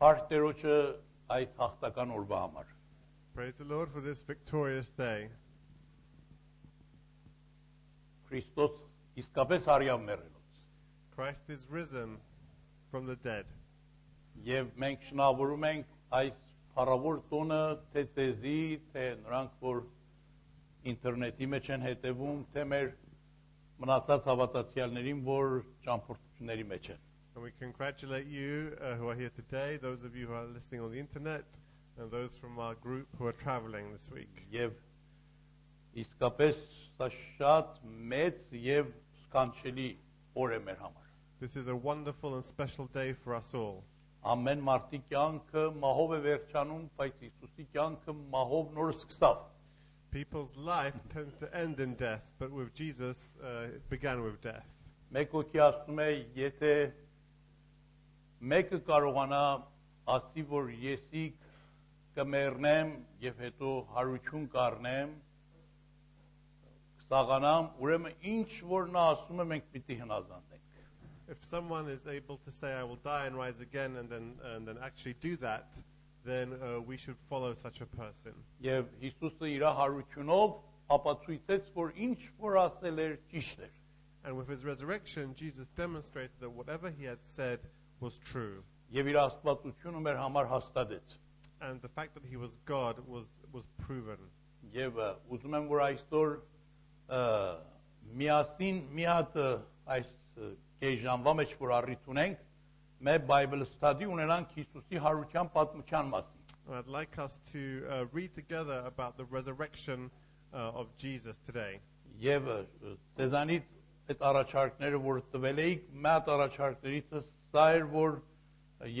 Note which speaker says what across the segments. Speaker 1: Փառք Տերոջը այդ հաղթական օրվա համար։
Speaker 2: Praise the Lord for this victorious day.
Speaker 1: Քրիստոս իսկապես արյամ մեռելուց։
Speaker 2: Christ is risen from the dead.
Speaker 1: Եվ մենք շնորհավորում ենք այս փառավոր տոնը թե ծեզի, թե նրանք, որ ինտերնետի մեջ են հետևում, թե մեր մնացած հավատացյալներին, որ ճամփորդությունների մեջ են։
Speaker 2: And we congratulate you uh, who are here today, those of you who are listening on the internet, and those from our group who are traveling this week.
Speaker 1: Եվ իսկապես սա շատ մեծ եւ սքանչելի օր է մեր համար։
Speaker 2: This is a wonderful and special day for us all.
Speaker 1: Ամեն մարդի կյանքը մահով է վերջանում, բայց Հիսուսի կյանքը մահով նոր սկսավ։
Speaker 2: People's life tends to end in death, but with Jesus, uh, it began with death.
Speaker 1: Մեկ օքի ասում է, եթե մեկը կարողանա ասի, որ եսի կմեռնեմ եւ հետո հարություն կառնեմ, կսաղանամ, ուրեմն ինչ որ նա ասում է, մենք պիտի հնազանդենք։
Speaker 2: If someone is able to say, I will die and rise again, and then, and then actually do that, then uh, we should follow such a person.
Speaker 1: Եվ Հիսուսը իր հարությունով ապացույցեց, որ ինչ որ ասել էր, ճիշտ էր։
Speaker 2: And with his resurrection, Jesus demonstrated that whatever he had said was true.
Speaker 1: Եվ իր աստվածությունը մեր համար հաստատեց։
Speaker 2: And the fact that he was God was, was proven.
Speaker 1: Եվ ը, ուզում եմ որ այսօր ը, միասին մի հատ ը, այս ը, կեժանվա մեջ որ առիթ ունենք մեր Bible study ունենանք Հիսուսի հարության պատմության մասին։
Speaker 2: And I'd like us to uh, read together about the resurrection uh, of Jesus today.
Speaker 1: Եվ ը, ը, դեզանից այդ առաջարկները որ տվել էիք, մի հատ առաջարկներից ը սա էր որ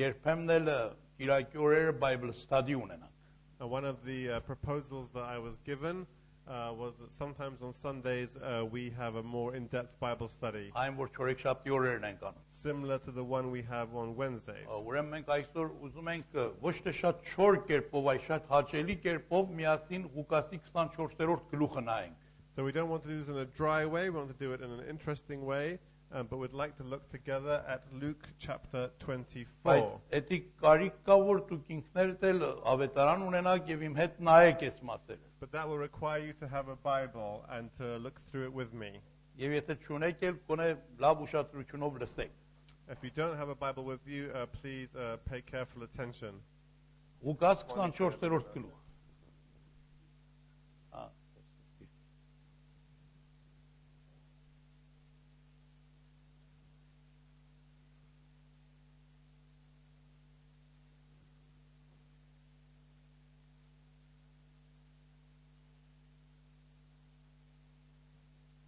Speaker 1: երբեմն էլ ը, Կիրակի օրերը Bible study ունենանք։
Speaker 2: And one of the uh, proposals that I was given uh, was that sometimes on Sundays uh, we have a more in depth Bible study,
Speaker 1: Այն որ չորեքշաբթի օրերն ենք անում։
Speaker 2: similar to the one we have on Wednesdays.
Speaker 1: Ա, Ուրեմն մենք այսօր ուզում ենք ը, ոչ թե շատ չոր կերպով, այլ շատ հաճելի կերպով միասին Ղուկասի 24-րդ գլուխը նայենք։
Speaker 2: So we don't want to do this in a dry way, we want to do it in an interesting way, um, but we'd like to look together at Luke chapter 24.
Speaker 1: Բայց էդի կարիք կա որ դուք ինքներդ էլ ը, ավետարան ունենաք եւ իմ հետ նայեք այս մասերը։
Speaker 2: But that will require you to have a Bible and to look through it with me.
Speaker 1: Եվ եթե չունեք էլ կոնե լավ ուշադրությունով լսեք։
Speaker 2: If you don't have a Bible with you, uh, please uh, pay careful attention.
Speaker 1: Ղուկաս 24-րդ գլուխ։ Ա,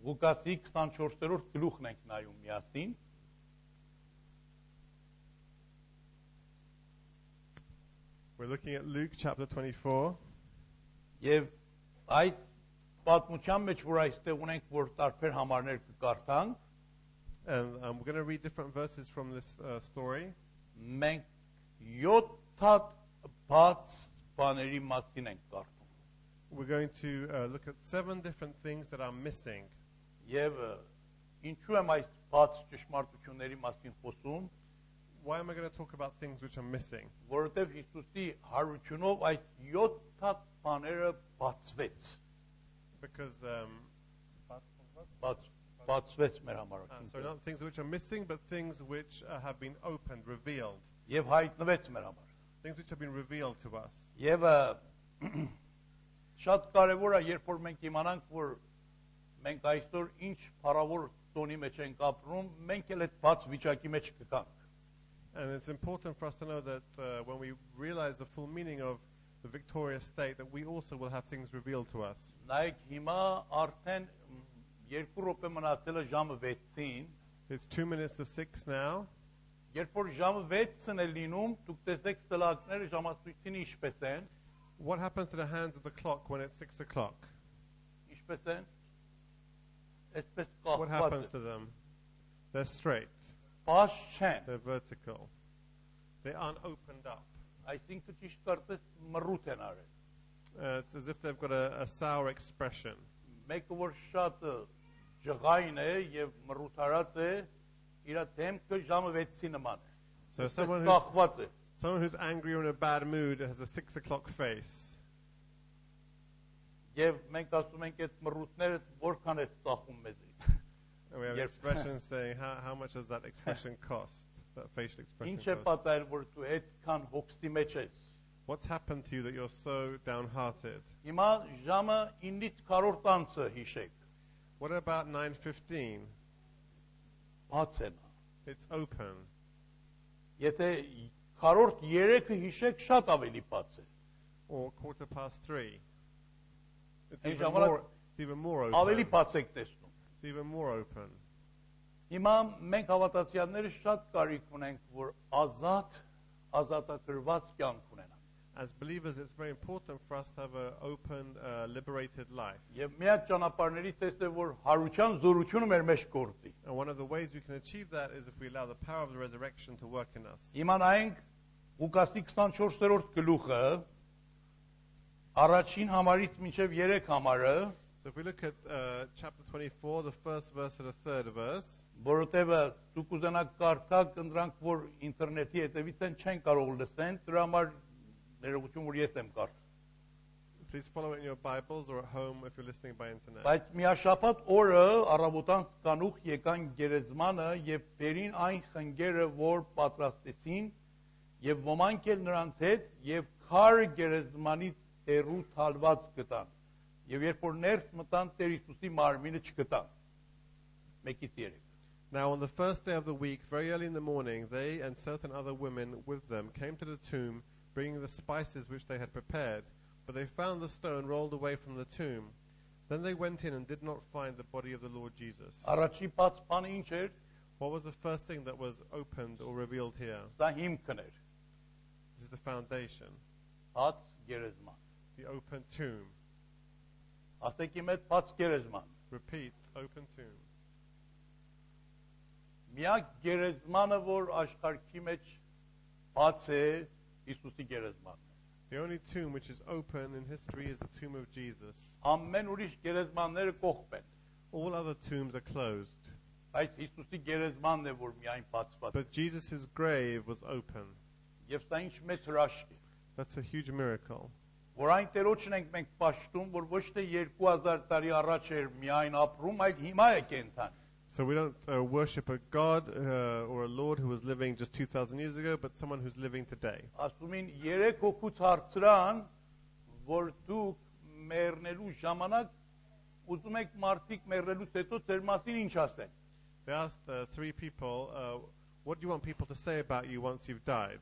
Speaker 1: Ղուկասի 24-րդ գլուխն ենք նայում միասին։
Speaker 2: We're looking at Luke chapter 24.
Speaker 1: Եվ այս պատմության մեջ, որ այստեղ ունենք, որ տարբեր համարներ կկարդանք,
Speaker 2: And um, we're going to read different verses from this uh, story.
Speaker 1: մենք 7 հատ բաց բաների մասին ենք կարդում։
Speaker 2: We're going to uh, look at seven different things that are missing.
Speaker 1: Եվ ը, ինչու եմ այս բաց ճշմարտությունների մասին խոսում,
Speaker 2: Why am I going to talk about things which are missing?
Speaker 1: որովհետև Հիսուսի հարությունով այս 7 հատ բաները բացվեց։
Speaker 2: Because, um,
Speaker 1: Բաց բացվեց մեր համար։
Speaker 2: uh, so
Speaker 1: ինքնուրույն,
Speaker 2: not things which are missing, but things which uh, have been opened, revealed.
Speaker 1: Եվ հայտնվեց մեր համար։
Speaker 2: Things which have been revealed to us.
Speaker 1: Եվ ը, շատ կարևոր է, երբ որ մենք իմանանք, որ մենք այսօր ինչ փառավոր տոնի մեջ ենք ապրում, մենք էլ այդ բաց վիճակի մեջ կգանք։
Speaker 2: And it's important for us to know that uh, when we realize the full meaning of the victorious state, that we also will have things revealed to us.
Speaker 1: Նայեք, հիմա արդեն մ, երկու րոպե մնացել է ժամը 6-ին։
Speaker 2: It's two minutes to six now.
Speaker 1: Երբ որ ժամը 6-ն է լինում, դուք տեսեք սլակները ժամացույցին ինչպես են,
Speaker 2: What happens to the hands of the clock when it's six o'clock?
Speaker 1: ինչպես են։ Այսպես
Speaker 2: What happens
Speaker 1: կախված
Speaker 2: to them? They're straight,
Speaker 1: բաց չեն։
Speaker 2: they're vertical, they aren't opened up.
Speaker 1: Այսինքն ճիշտ կարծես մռութ են արել։
Speaker 2: Uh, it's as if they've got a, a sour expression.
Speaker 1: մեկը որ շատ ը, ջղայն է եւ մռութարած է իր դեմքը ժամը 6-ի նման է
Speaker 2: So
Speaker 1: Այսպես
Speaker 2: someone who's,
Speaker 1: կախված է
Speaker 2: Someone who's angry or in a bad mood has a six o'clock face.
Speaker 1: Եվ մենք ասում ենք այդ մռութները որքան է ծախում մեզ։
Speaker 2: And we have
Speaker 1: Yep.
Speaker 2: expressions saying, how, how much does that expression cost? That facial expression
Speaker 1: Ինչ է
Speaker 2: cost.
Speaker 1: պատահել, որ դու այդքան հոգստի մեջ ես։
Speaker 2: What's happened to you that you're so downhearted?
Speaker 1: Հիմա ժամը 9-ից 40 անցը հիշեք։
Speaker 2: What about 9.15?
Speaker 1: Բաց է նա։
Speaker 2: It's open.
Speaker 1: Եթե 4-րդ 3-ը հիշեք, շատ ավելի բաց է։
Speaker 2: Or quarter past three. It's
Speaker 1: Hey,
Speaker 2: even
Speaker 1: Jamal, I-
Speaker 2: more, it's even more open.
Speaker 1: Ավելի բաց եք տեսնում։
Speaker 2: It's even more open.
Speaker 1: Հիմա մենք հավատացյալները շատ կարիք ունենք, որ ազատ, ազատագրված կյանք ունենանք։
Speaker 2: As believers, it's very important for us to have an open, uh, liberated life.
Speaker 1: Եվ միակ ճանապարհներից տեսնե որ հարության զորությունը մեր մեջ գործի։
Speaker 2: And one of the ways we can achieve that is if we allow the power of the resurrection to work in us.
Speaker 1: Հիմա նայենք Ղուկասի 24-րդ գլուխը առաջին համարից մինչև 3 համարը,
Speaker 2: So if we look at uh, chapter 24, the first verse and the third verse,
Speaker 1: որովհետև դու կուզենաք կարդալ դրանք, որ ինտերնետի հետևից են չեն կարող լսեն, դրա համար ներողություն որ ես եմ կարդում։
Speaker 2: please follow it in your Bibles or at home if you're listening by internet.
Speaker 1: Բայց միաշապատ օրը առավոտան սկանուխ եկան գերեզմանը եւ բերին այն խնգերը, որ պատրաստեցին, եւ ոմանք էլ նրանց հետ եւ քար գերեզմանից հերու թալված գտան։ Եվ երբ որ ներս մտան Տեր Հիսուսի մարմինը չգտան։ Մեկից երեք։
Speaker 2: Now on the first day of the week, very early in the morning, they and certain other women with them came to the tomb, bringing the spices which they had prepared. But they found the stone rolled away from the tomb. Then they went in and did not find the body of the Lord Jesus.
Speaker 1: Առաջի բաց բանը ինչ էր։
Speaker 2: What was the first thing that was opened or revealed here?
Speaker 1: Սա հիմքն էր։
Speaker 2: This is the foundation,
Speaker 1: Բաց գերեզման։
Speaker 2: the open tomb.
Speaker 1: Ասեք իմ հետ բաց գերեզման։
Speaker 2: Repeat, open tomb.
Speaker 1: Միակ գերեզմանը, որ աշխարհի մեջ բաց է Հիսուսի գերեզմանը։
Speaker 2: The only tomb which is open in history is the tomb of Jesus.
Speaker 1: Ամեն ուրիշ գերեզմանները կողմ են,
Speaker 2: All other tombs are closed,
Speaker 1: բայց Հիսուսի գերեզմանն է, որ միայն բացված է։
Speaker 2: but Jesus' grave was open.
Speaker 1: Եվ սա ինչ մեծ հրաշք է,
Speaker 2: That's a huge miracle.
Speaker 1: որ այն Տերոջն ենք մենք ճաշտում, որ ոչ թե 2000 տարի առաջ էր միայն ապրում, այլ հիմա է կենթան։
Speaker 2: So we don't uh, worship a God uh, or a Lord who was living just 2,000 years ago, but someone who's living today.
Speaker 1: Ասում են 3 հոգուց հարցրան, որ դուք մեռնելու ժամանակ ուզում եք մարդիկ մեռնելուց հետո ձեր մասին ինչ ասեն։
Speaker 2: They asked uh, three people, uh, What do you want people to say about you once you've died?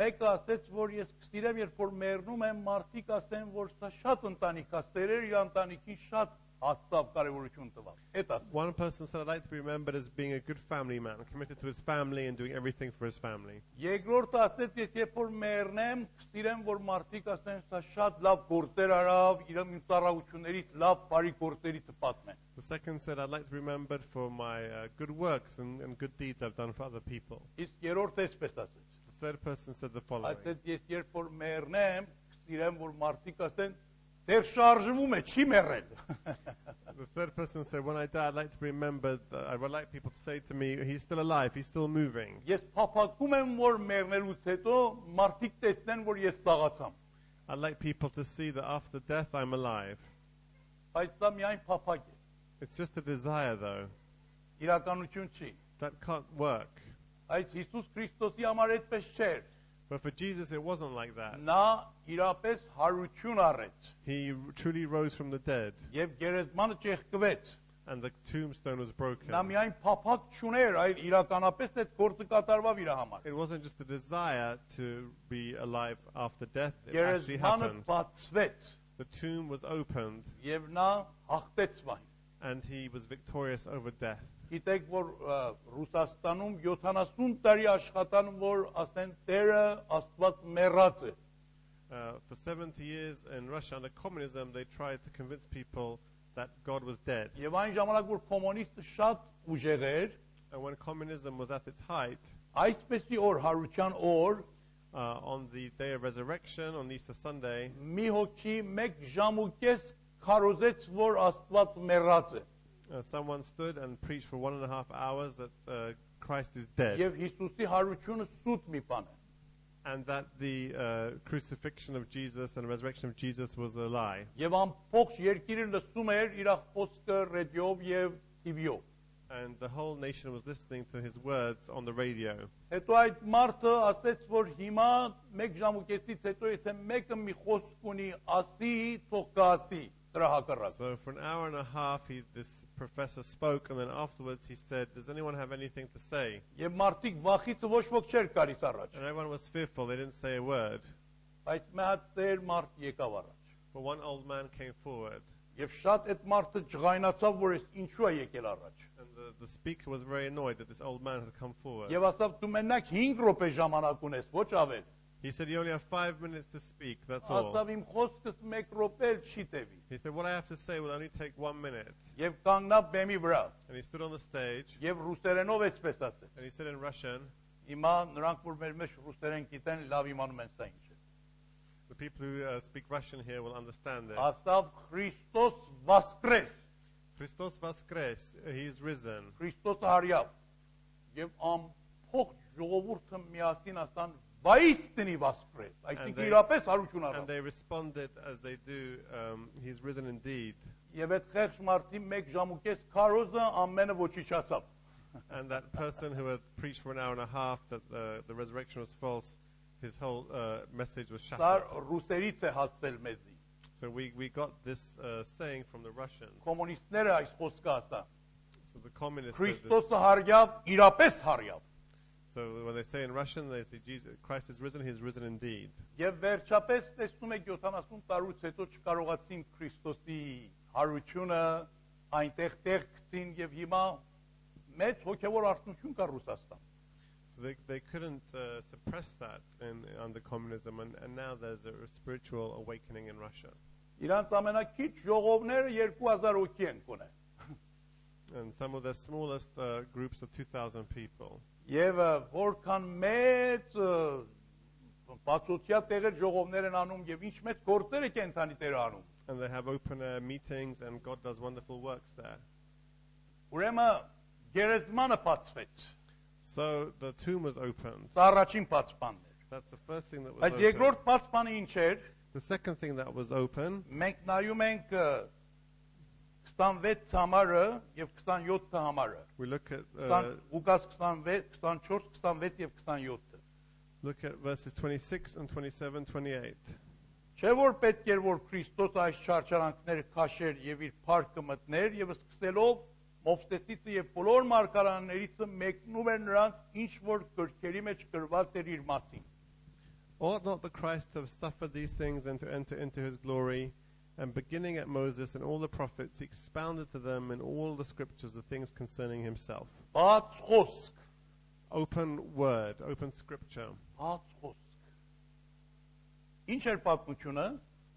Speaker 1: Մեկը ասեց, որ ես կստիրեմ, երբ որ մեռնում եմ, մարդիկ ասեն, որ սա շատ ընտանիք է, ծերեր իր ընտանիքին շատ հաստավ կարևորություն տվավ։ Էդ ասեց։
Speaker 2: One person said, I'd like to be remembered as being a good family man, committed to his family and doing everything for his family.
Speaker 1: Երկրորդը ասեց, ես երբ որ մեռնեմ, կստիրեմ, որ մարդիկ ասեն, սա շատ լավ գործեր արավ, իր իմ ծառայություններից լավ բարի գործերի պատմեն։
Speaker 2: The second said, I'd like to be remembered for my uh, good works and, and good deeds I've done for other people.
Speaker 1: Իսկ երրորդը էսպես ասեց։
Speaker 2: The third person said the following
Speaker 1: Ասեց, ես երբ որ մեռնեմ, կստիրեմ, որ մարդիկ ասեն, դեռ շարժվում է, չի մեռել։
Speaker 2: The third person said, When I die, I'd like to be remembered. That I would like people to say to me, He's still alive, he's still moving.
Speaker 1: Ես փափակում եմ, որ մեռնելուց հետո մարդիկ տեսնեն, որ ես ծաղացամ։
Speaker 2: I'd like people to see that after death, I'm alive.
Speaker 1: Բայց դա միայն փափակ է։
Speaker 2: It's just a desire, though.
Speaker 1: Իրականություն չի։
Speaker 2: That can't work.
Speaker 1: Այս Հիսուս Քրիստոսի համար այդպես չէր։
Speaker 2: But for Jesus, it wasn't like that.
Speaker 1: Նա իրապես հարություն առեց
Speaker 2: He truly rose from the dead,
Speaker 1: եւ գերեզմանը ճեղքվեց։
Speaker 2: and the tombstone was broken.
Speaker 1: Նա միայն փափակ չուներ, այլ իրականապես այդ գործը կատարվավ իր համար։
Speaker 2: It wasn't just a desire to be alive after death, it actually
Speaker 1: Գերեզմանը
Speaker 2: happened.
Speaker 1: բացվեց
Speaker 2: The tomb was opened,
Speaker 1: եւ նա հաղթեց վայն։
Speaker 2: and he was victorious over death.
Speaker 1: Գիտեք, որ ը, Ռուսաստանում 70 տարի աշխատան, որ ասեն Տերը Աստված մեռած է։
Speaker 2: Uh, for 70 years in Russia under communism, they tried to convince people that God was dead.
Speaker 1: Եվ այն ժամանակ որ կոմունիստը շատ ուժեղ էր,
Speaker 2: And when communism was at its height,
Speaker 1: այսպեսի օր հարության օր
Speaker 2: uh, on the day of resurrection, on Easter Sunday,
Speaker 1: մի հոգի 1 ժամ ու կես քարոզեց, որ Աստված մեռած է։
Speaker 2: uh, someone stood and preached for one and a half hours that uh, Christ is dead.
Speaker 1: Եվ Հիսուսի հարությունը սուտ մի բան է։
Speaker 2: and that the uh, crucifixion of Jesus and resurrection of Jesus was a lie.
Speaker 1: Եվ ամբողջ երկիրը լսում էր իր խոսքը ռադիոյով եւ TV-ով։
Speaker 2: And the whole nation was listening to his words on the radio.
Speaker 1: Հետո այդ մարդը ասեց, որ հիմա մեկ ժամուկեցից հետո եթե մեկը մի խոսք ունի, ասի, թող կասի դրա հակառակ։
Speaker 2: So for an hour and a half, he, this professor spoke, and then afterwards he said, "Does anyone have anything to say?"
Speaker 1: Եվ մարդիկ վախից ոչ ոք չէր գալիս առաջ,
Speaker 2: And everyone was fearful; they didn't say a word.
Speaker 1: բայց մի հատ ծեր մարդ եկավ առաջ։
Speaker 2: But one old man came forward,
Speaker 1: Եվ շատ այդ մարդը ջղայնացավ, որ ես ինչու է եկել առաջ։
Speaker 2: and the, the speaker was very annoyed that this old man had come forward.
Speaker 1: Եվ ասավ՝ «Դու մենակ 5 րոպե ժամանակ ունես, ոչ ավելի»։
Speaker 2: He said, "You only have five minutes to speak. That's all."
Speaker 1: Ասավ՝ «Իմ խոսքս 1 րոպե էլ չի տևի»։
Speaker 2: He said, "What I have to say will only take one minute."
Speaker 1: Եվ կանգնա բեմի վրա,
Speaker 2: And he stood on the stage,
Speaker 1: եւ ռուսերենով էսպես ասեց։
Speaker 2: and he said in Russian,
Speaker 1: Հիմա նրանք որ մեր մեջ ռուսերեն գիտեն, լավ իմանում են սա ինչ է։
Speaker 2: "The people who uh, speak Russian here will understand this."
Speaker 1: Աստավ Քրիստոս վասկրես,
Speaker 2: Christos Vaskres, He is risen.
Speaker 1: Քրիստոս արյավ։ Եվ ամփոփ ժողովուրդը միասին ասան՝ «Վայստնի վասկրես»։ Այսինքն
Speaker 2: they-
Speaker 1: իրապես հարություն
Speaker 2: And
Speaker 1: առավ։
Speaker 2: they responded as they do, um, He is risen indeed.
Speaker 1: Եվ այդ խեղճ մարդի 1 ժամուկես քարոզը ամենը ոչնչացավ։
Speaker 2: And that person who had preached for an hour and a half that the, the resurrection was false, his whole uh, message was
Speaker 1: Սա
Speaker 2: shattered.
Speaker 1: ռուսերից է հասել մեզի։
Speaker 2: So we, we got this uh, saying from the Russians.
Speaker 1: Կոմունիստները այս խոսքը ասա։
Speaker 2: So the communists. said this.
Speaker 1: Քրիստոսը հարյավ, իրապես հարյավ։
Speaker 2: So when they say in Russian, they say Jesus, Christ is risen, He is risen indeed.
Speaker 1: Եվ վերջապես տեսնում եք 70 տարուց հետո չկարողացին Քրիստոսի հարությունը այնտեղ տեղ գցին եւ հիմա մեծ հոգեվոր արտոնություն կա Ռուսաստան։
Speaker 2: So they, they couldn't uh, suppress that in, under communism, and, and now there's a spiritual awakening in Russia.
Speaker 1: Իրանց ամենակիչ ժողովները 2000 հոգի են կոնե։
Speaker 2: and some of the smallest uh, groups of 2,000 people.
Speaker 1: Եվ ը, որքան մեծ ը, բացօթյա տեղեր ժողովներ են անում եւ ինչ մեծ գործեր է կենթանի տերը անում։
Speaker 2: And they have open air meetings, and God does wonderful works there.
Speaker 1: Ուրեմն գերեզմանը բացվեց։
Speaker 2: So the tomb was opened.
Speaker 1: Սա առաջին բացpanն էր։
Speaker 2: That's the first thing that was
Speaker 1: Բայց
Speaker 2: opened.
Speaker 1: երկրորդ բացpանը ինչ էր։
Speaker 2: The second thing that was open,
Speaker 1: Մենք նայում ենք ը, 26 համարը եւ 27 համարը։
Speaker 2: we look at, uh,
Speaker 1: 20 Ղուկաս 26, 24, 26 եւ 27-ը։
Speaker 2: look at verses 26 and 27, 28.
Speaker 1: Չէ որ պետք էր որ Քրիստոս այս չարչարանքները քաշեր եւ իր փառքը մտներ եւ սկսելով Մովսեսից եւ բոլոր մարգարաններից մեկնում էր նրանց ինչ որ գրքերի մեջ գրված էր իր մասին։
Speaker 2: Ought not the Christ to have suffered these things and to enter into his glory? And beginning at Moses and all the prophets, he expounded to them in all the scriptures the things concerning himself.
Speaker 1: Բաց խոսք,
Speaker 2: Open word, open scripture.
Speaker 1: բաց խոսք։ Ինչ էր պատմությունը։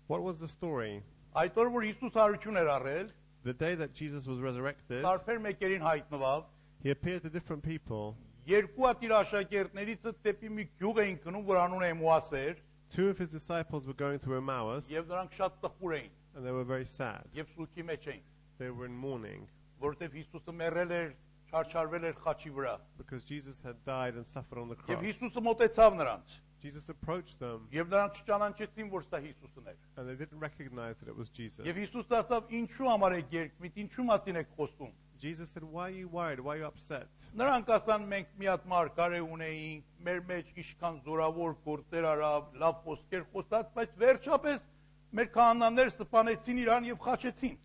Speaker 2: What was the story?
Speaker 1: Այդ օր որ Հիսուս արություն էր առել,
Speaker 2: The day that Jesus was resurrected,
Speaker 1: տարբեր մեկերին հայտնվավ
Speaker 2: he appeared to different people.
Speaker 1: երկու հատ իր աշակերտներից դեպի մի գյուղ էին գնում, որ անուն Էմուաս էր,
Speaker 2: Two of his disciples were going to Emmaus,
Speaker 1: եւ նրանք շատ տխուր էին
Speaker 2: and they were very sad.
Speaker 1: եւ սուքի մեջ էին,
Speaker 2: They were in mourning
Speaker 1: որովհետեւ Հիսուսը մեռել էր, չարչարվել էր խաչի վրա։
Speaker 2: because Jesus had died and suffered on the
Speaker 1: Եվ
Speaker 2: cross.
Speaker 1: Հիսուսը մտեցավ նրանց,
Speaker 2: Jesus approached them,
Speaker 1: եւ նրանք չճանաչեցին, որ սա Հիսուսն էր։
Speaker 2: and they didn't recognize that it was Jesus.
Speaker 1: Եվ Հիսուսը ասավ. «Ինչու համար եք երկմիտ, ինչու մասին եք խոսում»։
Speaker 2: Jesus said, Why are you worried? Why are you upset?
Speaker 1: Նրանք ասան մենք մի հատ մարգարե ունեինք, մեր մեջ իշքան զորավոր գործեր արավ, լավ խոսքեր խոսած, բայց վերջապես մեր քահանաներ սպանեցին իրան եւ խաչեցին։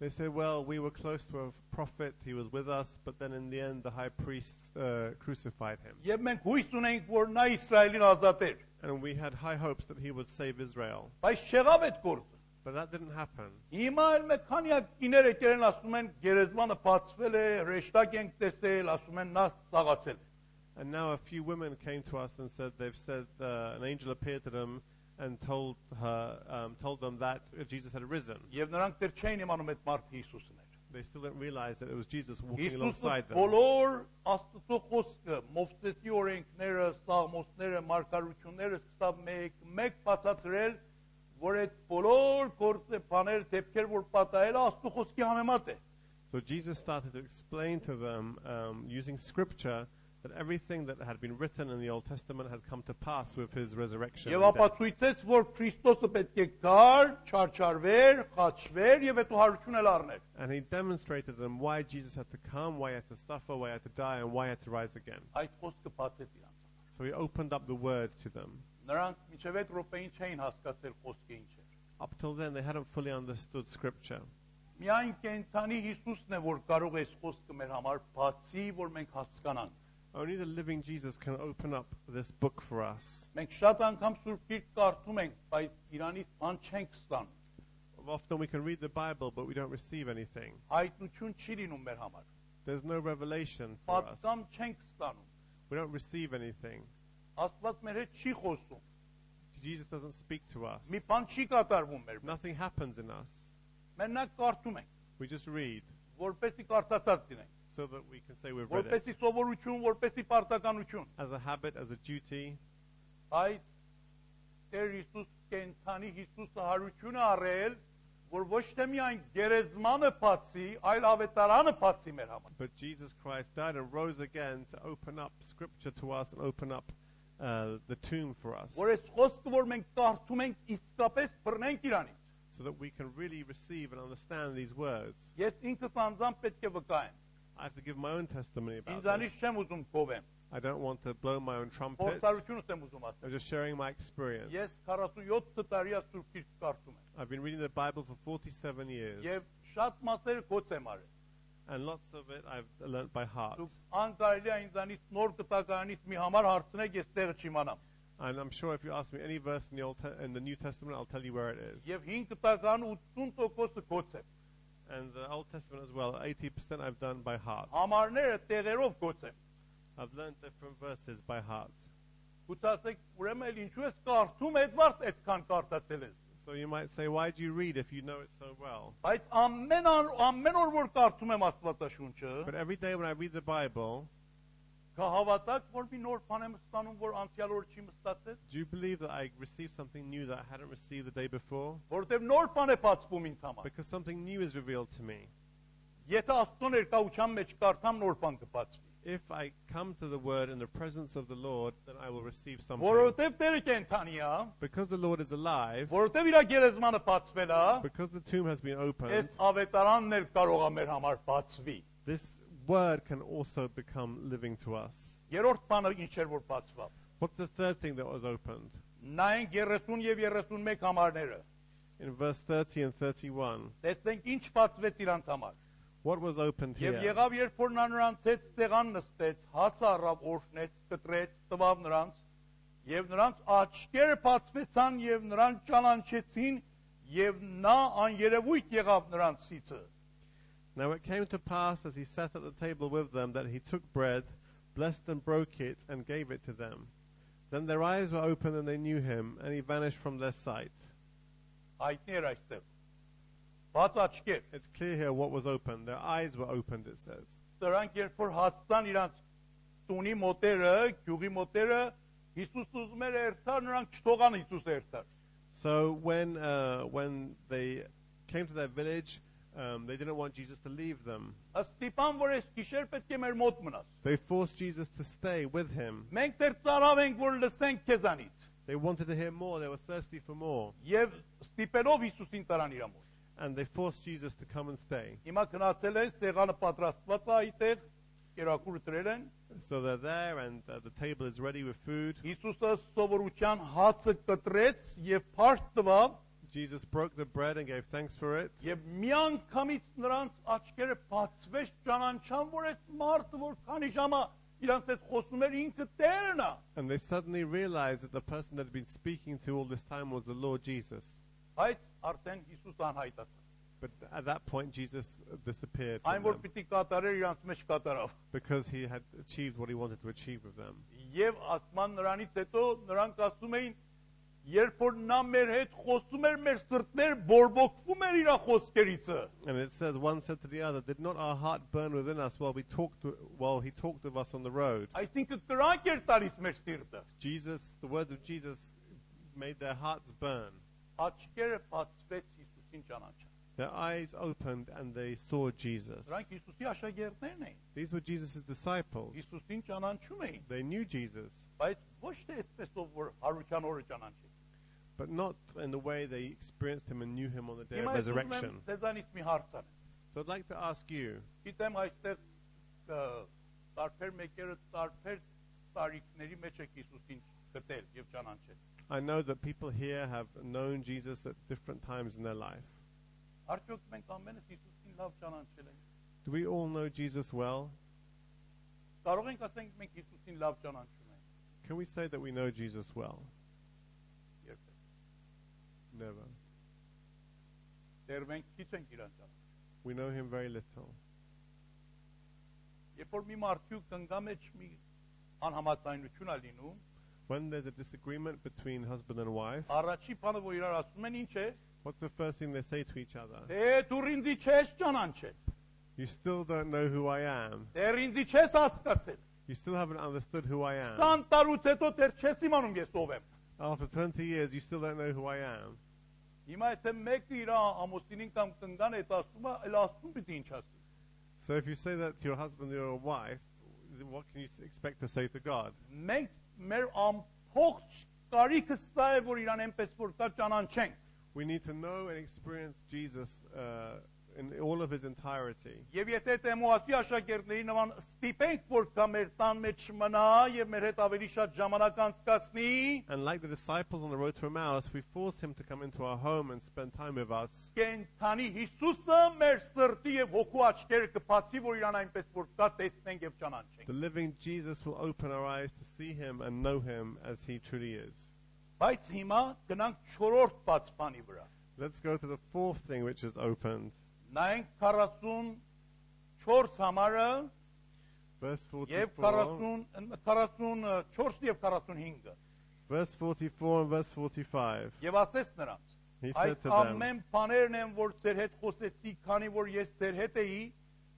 Speaker 2: They said, Well, we were close to a prophet, he was with us, but then in the end, the high priest uh, crucified him.
Speaker 1: Եվ մենք հույս ունենք, որ նա Իսրայելին ազատեր,
Speaker 2: And we had high hopes that he would save Israel,
Speaker 1: բայց չեղավ այդ գործը։
Speaker 2: but that didn't happen.
Speaker 1: Հիմա էլ մեկ քանի հատ կիներ եկել են ասում են գերեզմանը բացվել է, հրեշտակ ենք տեսել, ասում են նա ծաղացել։ է»։
Speaker 2: And now a few women came to us and said they've said uh, an angel appeared to them and told her um, told them that Jesus had risen.
Speaker 1: Եվ նրանք դեռ չէին իմանում այդ մարդը Հիսուսն էր։
Speaker 2: They still didn't realize that it was Jesus walking
Speaker 1: Հիսուսը
Speaker 2: alongside them.
Speaker 1: բոլոր Աստծո խոսքը, Մովսեսի օրենքները, Սաղմոսները, Մարգարությունները սկսավ մեկ մեկ բացատրել, որ այդ բոլոր գործը բաներ դեպքեր որ պատահել է, Աստծո խոսքի համեմատ է։
Speaker 2: So Jesus started to explain to them um, using scripture that everything that had been written in the Old Testament had come to pass with his resurrection.
Speaker 1: Եվ
Speaker 2: and death.
Speaker 1: ապացույցեց, որ Քրիստոսը պետք է գար, չարչարվեր, խաչվեր եւ հետո հարություն էլ առներ։
Speaker 2: And he demonstrated them why Jesus had to come, why he had to suffer, why he had to die, and why he had to rise again.
Speaker 1: Այդ խոսքը բացեց իրան։
Speaker 2: So he opened up the word to them.
Speaker 1: Նրանք միջև այդ րոպեին չէին հասկացել խոսքը ինչ է։
Speaker 2: Up till then, they hadn't fully understood Scripture.
Speaker 1: Միայն կենթանի Հիսուսն է, որ կարող է այս խոսքը մեր համար բացի, որ մենք հասկանանք։
Speaker 2: Only the living Jesus can open up this book for us.
Speaker 1: Մենք շատ անգամ Սուրբ Գիրք կարդում ենք, բայց իրանից բան չենք ստանում։
Speaker 2: Often we can read the Bible, but we don't receive anything.
Speaker 1: Հայտնություն չի լինում մեր համար։
Speaker 2: There's no revelation for us.
Speaker 1: Պատկամ չենք ստանում։
Speaker 2: We don't receive anything.
Speaker 1: Աստված մեր հետ չի խոսում։
Speaker 2: Jesus doesn't speak to us.
Speaker 1: Մի բան չի կատարվում մեր։ մեջ։
Speaker 2: Nothing happens in us.
Speaker 1: Մենակ կարդում ենք,
Speaker 2: We just read
Speaker 1: որպեսի կարդացած լինենք։
Speaker 2: so that we can say we've read it.
Speaker 1: որպեսի սովորություն, որպեսի պարտականություն։
Speaker 2: As a habit, as a duty.
Speaker 1: Այդ Տեր Հիսուս կենթանի Հիսուսը հարություն է առել, որ ոչ թե միայն գերեզմանը բացի, այլ ավետարանը բացի մեր համար։
Speaker 2: But Jesus Christ died and rose again to open up Scripture to us and open up uh, the tomb for us
Speaker 1: Որ այս խոսքը, որ մենք կարդում ենք, իսկապես բռնենք իրանից։
Speaker 2: so that we can really receive and understand these words.
Speaker 1: Ես ինքս անձամբ պետք է վկայեմ։
Speaker 2: I have to give my own testimony about this.
Speaker 1: Ինձանից չեմ ուզում կովեմ։
Speaker 2: I don't want to blow my own
Speaker 1: Oh,
Speaker 2: trumpet.
Speaker 1: Փորձարությունս եմ ուզում ասել։
Speaker 2: I'm just sharing my experience.
Speaker 1: Ես 47 տարի է Սուրբ Գիրք կարդում եմ
Speaker 2: I've been reading the Bible for 47 years,
Speaker 1: եւ շատ մասեր գոց եմ արել։
Speaker 2: and lots of it I've learnt by heart.
Speaker 1: Դուք անցալի է ինձանից նոր կտակարանից մի համար հարցնեք, ես տեղը չիմանամ։
Speaker 2: And I'm sure if you ask me any verse in the Old Te- in the New Testament, I'll tell you where it is.
Speaker 1: եւ 5 տական 80%-ը գոց է։
Speaker 2: And the Old Testament as well, 80% I've done by heart.
Speaker 1: Ah. Համարները տեղերով գոց է։
Speaker 2: I've learned different verses by heart.
Speaker 1: Գուցե ուրեմն էլ ինչու ես կարդում Էդվարդ այդքան կարդացել ես։
Speaker 2: So you might say, why do you read if you know it so well?
Speaker 1: Բայց ամեն ան- ամեն օր որ կարդում եմ Աստվածաշունչը,
Speaker 2: But every day when I read the Bible,
Speaker 1: կհավատաք, որ մի նոր բան եմ ստանում, որ անցյալ օր չի մստացել,
Speaker 2: do you believe that I received something new that I hadn't received the day before?
Speaker 1: որովհետեւ նոր բան է բացվում ինձ համար։
Speaker 2: Because something new is revealed to me.
Speaker 1: Եթե Աստծո ներկայության մեջ կարդամ, նոր բան կբացվի։
Speaker 2: If I come to the Word in the presence of the Lord, then I will receive something.
Speaker 1: Որովհետեւ Տերը կենթանի է,
Speaker 2: Because the Lord is alive,
Speaker 1: որովհետեւ իր գերեզմանը բացվել է,
Speaker 2: because the tomb has been opened,
Speaker 1: այս ավետարանն էլ կարող է մեր համար բացվի։
Speaker 2: this Word can also become living to us.
Speaker 1: Երրորդ բանը ինչ էր որ բացվավ։
Speaker 2: What's the third thing that was opened?
Speaker 1: նայենք 30 եւ 31 համարները։
Speaker 2: In verse 30 and 31,
Speaker 1: Տեսնենք ինչ բացվեց իրանց համար։
Speaker 2: what was opened
Speaker 1: Եվ
Speaker 2: here?
Speaker 1: եղավ երբ որ նա նրան ցեց տեղան նստեց, հաց առավ, օրհնեց, կտրեց, տվավ նրանց, եւ նրանց աչքերը բացվեցան եւ նրան ճանաչեցին եւ նա աներևույթ եղավ նրանց սիցը։
Speaker 2: Now it came to pass as he sat at the table with them that he took bread, blessed and broke it, and gave it to them. Then their eyes were opened and they knew him, and he vanished from their sight.
Speaker 1: Այդն էր այստեղ։ Բաց աչքեր։
Speaker 2: It's clear here what was opened. Their eyes were opened, it says.
Speaker 1: Նրանք երբ որ հասցան իրանց տունի մոտերը, գյուղի մոտերը, Հիսուսն ուզում էր երթար, նրանք չթողան Հիսուսը երթար։
Speaker 2: So when, uh, when they came to their village, um, they didn't want Jesus to leave them.
Speaker 1: Աստիպան, որ այս գիշեր պետք է մեր մոտ մնաս։
Speaker 2: They forced Jesus to stay with him.
Speaker 1: Մենք դեռ ծարավ ենք, որ լսենք քեզանից։
Speaker 2: They wanted to hear more. They were thirsty for more.
Speaker 1: Եվ ստիպելով Հիսուսին տարան իր մոտ։
Speaker 2: And they forced Jesus to come and stay.
Speaker 1: Հիմա գնացել են, սեղանը պատրաստված է այդտեղ, կերակուրը դրել են։
Speaker 2: So they're there, and uh, the table is ready with food.
Speaker 1: Հիսուսը սովորության հացը կտրեց եւ փարտ տվավ,
Speaker 2: Jesus broke the bread and gave thanks for it.
Speaker 1: եւ միանգամից նրանց աչքերը բացվեց ճանաչան, որ այս մարդը որ քանի ժամա իրանց այդ խոսում էր ինքը Տերն է։
Speaker 2: And they suddenly realized that the person that had been speaking to all this time was the Lord Jesus.
Speaker 1: Բայց արդեն Հիսուս անհայտացավ։
Speaker 2: But at that point, Jesus disappeared from
Speaker 1: Այն որ
Speaker 2: them
Speaker 1: պիտի կատարեր իրանց մեջ կատարավ։
Speaker 2: because he had achieved what he wanted to achieve with them.
Speaker 1: Եվ ատման նրանից հետո նրանք ասում էին, երբ որ նա մեր հետ խոսում էր, մեր սրտներ բորբոքվում էր իր խոսքերիցը։
Speaker 2: And it says, one said to the other, Did not our heart burn within us while, we talked to, while he talked with us on the road?
Speaker 1: Այսինքն կրանք էր տալիս մեր սիրտը։
Speaker 2: Jesus, the words of Jesus made their hearts burn.
Speaker 1: Աչքերը բացվեց Հիսուսին ճանաչան։
Speaker 2: Their eyes opened and they saw Jesus.
Speaker 1: Նրանք Հիսուսի աշակերտներն էին։
Speaker 2: These were Jesus' disciples.
Speaker 1: Հիսուսին ճանաչում էին,
Speaker 2: They knew Jesus,
Speaker 1: բայց ոչ թե այսպեսով որ հարության օրը ճանաչեն։
Speaker 2: but not in the way they experienced him and knew him on the day of
Speaker 1: Հիմա ես ուզում եմ
Speaker 2: resurrection.
Speaker 1: դեզանից մի հարց տամ։
Speaker 2: So I'd like to ask you
Speaker 1: Գիտեմ այստեղ ը, տարբեր մեկերը տարբեր տարիքների մեջ է Հիսուսին գտել եւ ճանաչել։
Speaker 2: I know that people here have known Jesus at different times in their life.
Speaker 1: Արդյոք մենք ամենս Հիսուսին լավ ճանաչել ենք։
Speaker 2: Do we all know Jesus well?
Speaker 1: Կարող ենք ասենք մենք Հիսուսին լավ ճանաչում ենք։
Speaker 2: Can we say that we know Jesus well?
Speaker 1: Երբեք։
Speaker 2: Never.
Speaker 1: Դեռ մենք քիչ ենք իրան ճանաչում։
Speaker 2: We know him very little.
Speaker 1: Երբ որ մի մարդու կնգա մեջ մի անհամաձայնություն է լինում,
Speaker 2: When there's a disagreement between husband and wife,
Speaker 1: առաջի բանը որ իրար ասում են ինչ է,
Speaker 2: what's the first thing they say to each other?
Speaker 1: թե դու ինձի չես ճանաչել,
Speaker 2: You still don't know who I am.
Speaker 1: դեռ ինձի չես հասկացել։
Speaker 2: You still haven't understood who I am.
Speaker 1: 20 տարուց հետո դեռ չես իմանում ես ով եմ։
Speaker 2: After 20 years, you still don't know who I am.
Speaker 1: Հիմա եթե մեկը իր ամուսինին կամ կնգան այդ ասում է, այլ ասում պիտի ինչ ասի։
Speaker 2: So if you say that to your husband or your wife, then what can you s- expect to say to God?
Speaker 1: Մենք մեր ամփոխ կարիքը սա է, որ իրան այնպես որ կա ճանաչենք։
Speaker 2: We need to know and experience Jesus uh, in all of his entirety.
Speaker 1: Եվ եթե Տեմոաթի աշակերտների նման ստիպենք, որ կա մեր տան մեջ մնա եւ մեր հետ ավելի շատ ժամանակ անցկացնի,
Speaker 2: And like the disciples on the road to Emmaus, we force him to come into our home and spend time with us.
Speaker 1: կենթանի Հիսուսը մեր սրտի եւ հոգու աչքերը կփացի, որ իրան այնպես որ կա տեսնենք եւ ճանաչենք։
Speaker 2: The living Jesus will open our eyes to see him and know him as he truly is.
Speaker 1: Բայց հիմա գնանք 4-րդ բացpani վրա։
Speaker 2: Let's go to the fourth thing which is opened.
Speaker 1: Նայենք 44 համարը
Speaker 2: Verse
Speaker 1: Եվ
Speaker 2: 44,
Speaker 1: 40 44 եւ 45-ը։
Speaker 2: verse 44 and verse 45.
Speaker 1: Եվ ասես նրանց.
Speaker 2: He said
Speaker 1: Այս
Speaker 2: to them-
Speaker 1: ամեն բաներն են, որ ձեր հետ խոսեցի, քանի որ ես ձեր հետ էի,